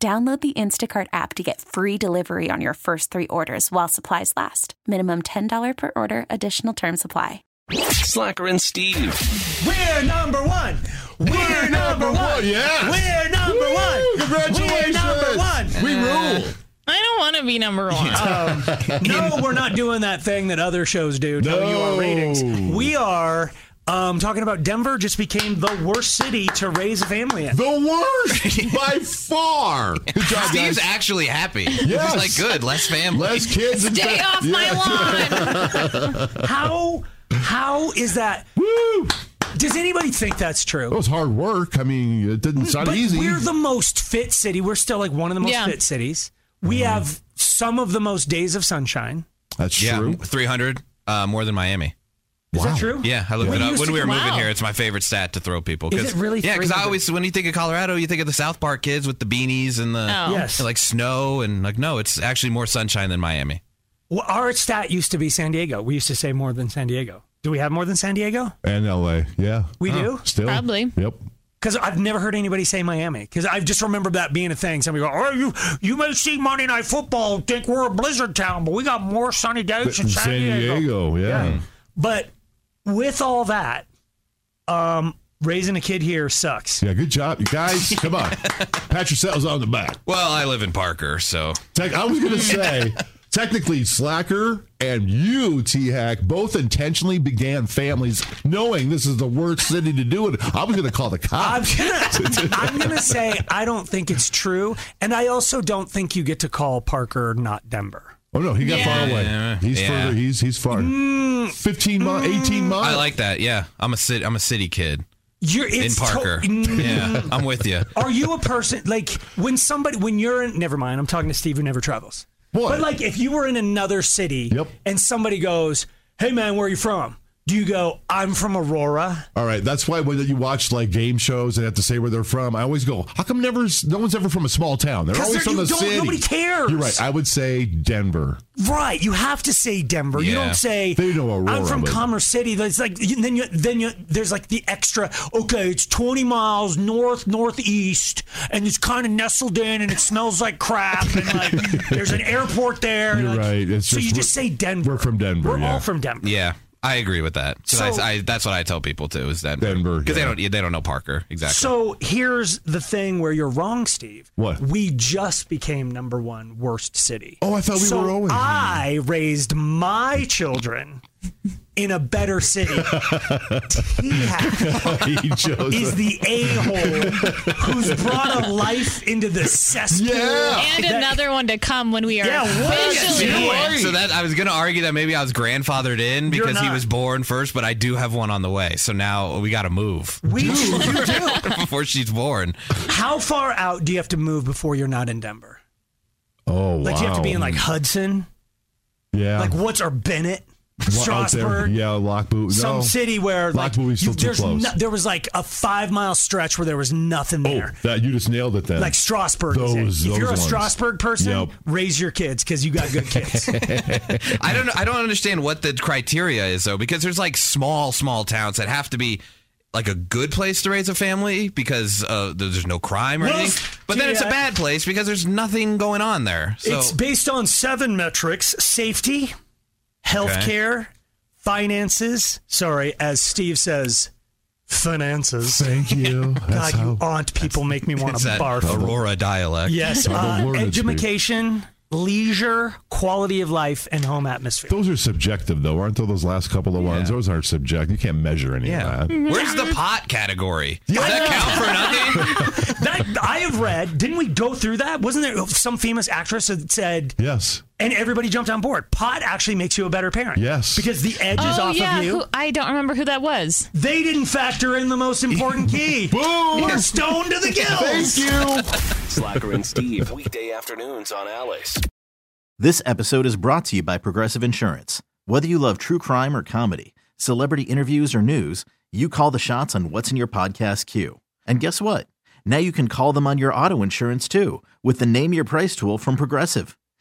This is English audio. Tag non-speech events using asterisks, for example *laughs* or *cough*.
Download the Instacart app to get free delivery on your first three orders while supplies last. Minimum $10 per order, additional term supply. Slacker and Steve. We're number one. We're, number, one. yes. We're number one. Congratulations. We're number *laughs* one. We rule. I don't want to be number one. No, we're not doing that thing that other shows do, telling you our ratings. No. We are um, talking about Denver just became the worst city to raise a family in. The worst by far. Good job, Steve's guys. actually happy. Yes. He's like, good, less family. Less kids. and *laughs* Stay fa- off my lawn. How how is that? Woo. Does anybody think that's true? It was hard work. I mean, it didn't sound but Oh, easy. we're the most fit city. We're still like one of the most Yeah. fit cities. We have some of the most days of sunshine. That's yeah, true. 300 uh, more than Miami. Is that true? Yeah, I looked When it you up used when to- we were moving wow. here. It's my favorite stat to throw people. Is 'cause- it really Yeah, because I 300? always when you think of Colorado, you think of the South Park kids with the beanies and the Oh. Yes. and, like snow and like no, it's actually more sunshine than Miami. Well, our stat used to be San Diego. We used to say more than San Diego. Do we have more than San Diego? And LA. Yeah. We do. Still. Probably. Yep. Because I've never heard anybody say Miami. Because I just remember that being a thing. Somebody go, "Oh, you you may see Monday Night Football, and think we're a blizzard town, but we got more sunny days than San, Diego." Yeah. But with all that, um, raising a kid here sucks. Yeah. Good job, you guys. Come on, pat yourselves on the back. Well, I live in Parker, so Tech, I was going to say, technically, Slacker and you, T Hack, both intentionally began families knowing this is the worst city to do it. I was going to call the *laughs* I'm cops. *laughs* gonna, I'm gonna say I don't think it's true, and I also don't think you get to call Parker not Denver. Oh no, he got far away. Yeah. He's Yeah. further. He's he's far. Mm. Fifteen miles, eighteen miles. I like that. Yeah, I'm a city. I'm a city kid You're it's in to- *laughs* Parker. Mm. yeah, I'm with you. Are you a person like when somebody when you're in? Never mind. I'm talking to Steve who never travels. What? But like if you were in another city Yep. and somebody goes, "Hey man, where are you from?" Do you go, "I'm from Aurora"? All right, that's why when you watch like game shows and have to say where they're from, I always go, "How come never? No one's ever from a small town. They're 'Cause there- always from you a don't- city." nobody cares. You're right. I would *laughs* say Denver. *laughs* Right. You have to say Denver. You Yeah. don't say They know Aurora, I'm from but- Commerce City. That's like you- then you then you there's like the extra. Okay, it's 20 miles north northeast, and it's kind of nestled in, and it smells like crap, and *laughs* like there's an airport there. and, You're like- right. It's so just you just we're- say Denver. we're from Denver, We're yeah. all from Denver. Yeah, I agree with that. 'Cause So- I, I, that's what I tell people too is that Denver, because yeah. they don't they don't know Parker exactly. So here's the thing where you're wrong, Steve. What? We just became number one worst city. Oh, I thought we so were always- I raised my children in a better city. T-Hack he chose. is the a hole who's brought a life into the cesspool. Yeah. and another one to come when we are Yeah, what is officially it? one. So that I was going to argue that maybe I was grandfathered in You're because he not. was born first, but I do have one on the way. So now we got to move *laughs* We, you do. before she's born. How far out do you have to move before you're not in Denver? oh Like, wow. do you have to be in like Hudson? yeah. Like, what's or Bennett? Well, out there, Strasburg? Yeah, Lockboot. some no. city where like Blackpool is still you- too there's close. no- there was like a five mile stretch where there was nothing Oh, there. that you just nailed it then. Like Strasburg. is it. Those- if those you're a ones. Strasburg person, Yep. raise your kids because you got good *laughs* kids. I don't know- I don't understand what the criteria is though because there's like small small towns that have to be like a good place to raise a family because uh, there's no crime or Well, anything. But then it's a yeah. bad place because there's nothing going on there. So It's based on seven metrics safety, healthcare, finances. Sorry, as Steve says, finances. Thank you. *laughs* That's God, you how. aunt people make me want *laughs* it's to that barf. Aurora dialect. Yes, Double uh, worded, Steve. education, leisure, quality of life, and home atmosphere. Those are subjective, though, aren't they? Those last couple of ones, those aren't subjective. You can't measure any Yeah. of Mm-hmm. that. Where's the pot category? Does Yeah. that count for nothing? *laughs* That I have read. Didn't we go through that? Wasn't there some famous actress that said Yes, and everybody jumped on board. Pot actually makes you a better parent. Yes. Because the edge is oh off yeah, of you. who, I don't remember who that was. They didn't factor in the most important key. *laughs* Boom! We're stoned to the gills. Thank you. Slacker and Steve, weekday afternoons on Alice. This episode is brought to you by Progressive Insurance. Whether you love true crime or comedy, celebrity interviews or news, you call the shots on what's in your podcast queue. And guess what? Now you can call them on your auto insurance too with the Name Your Price tool from Progressive.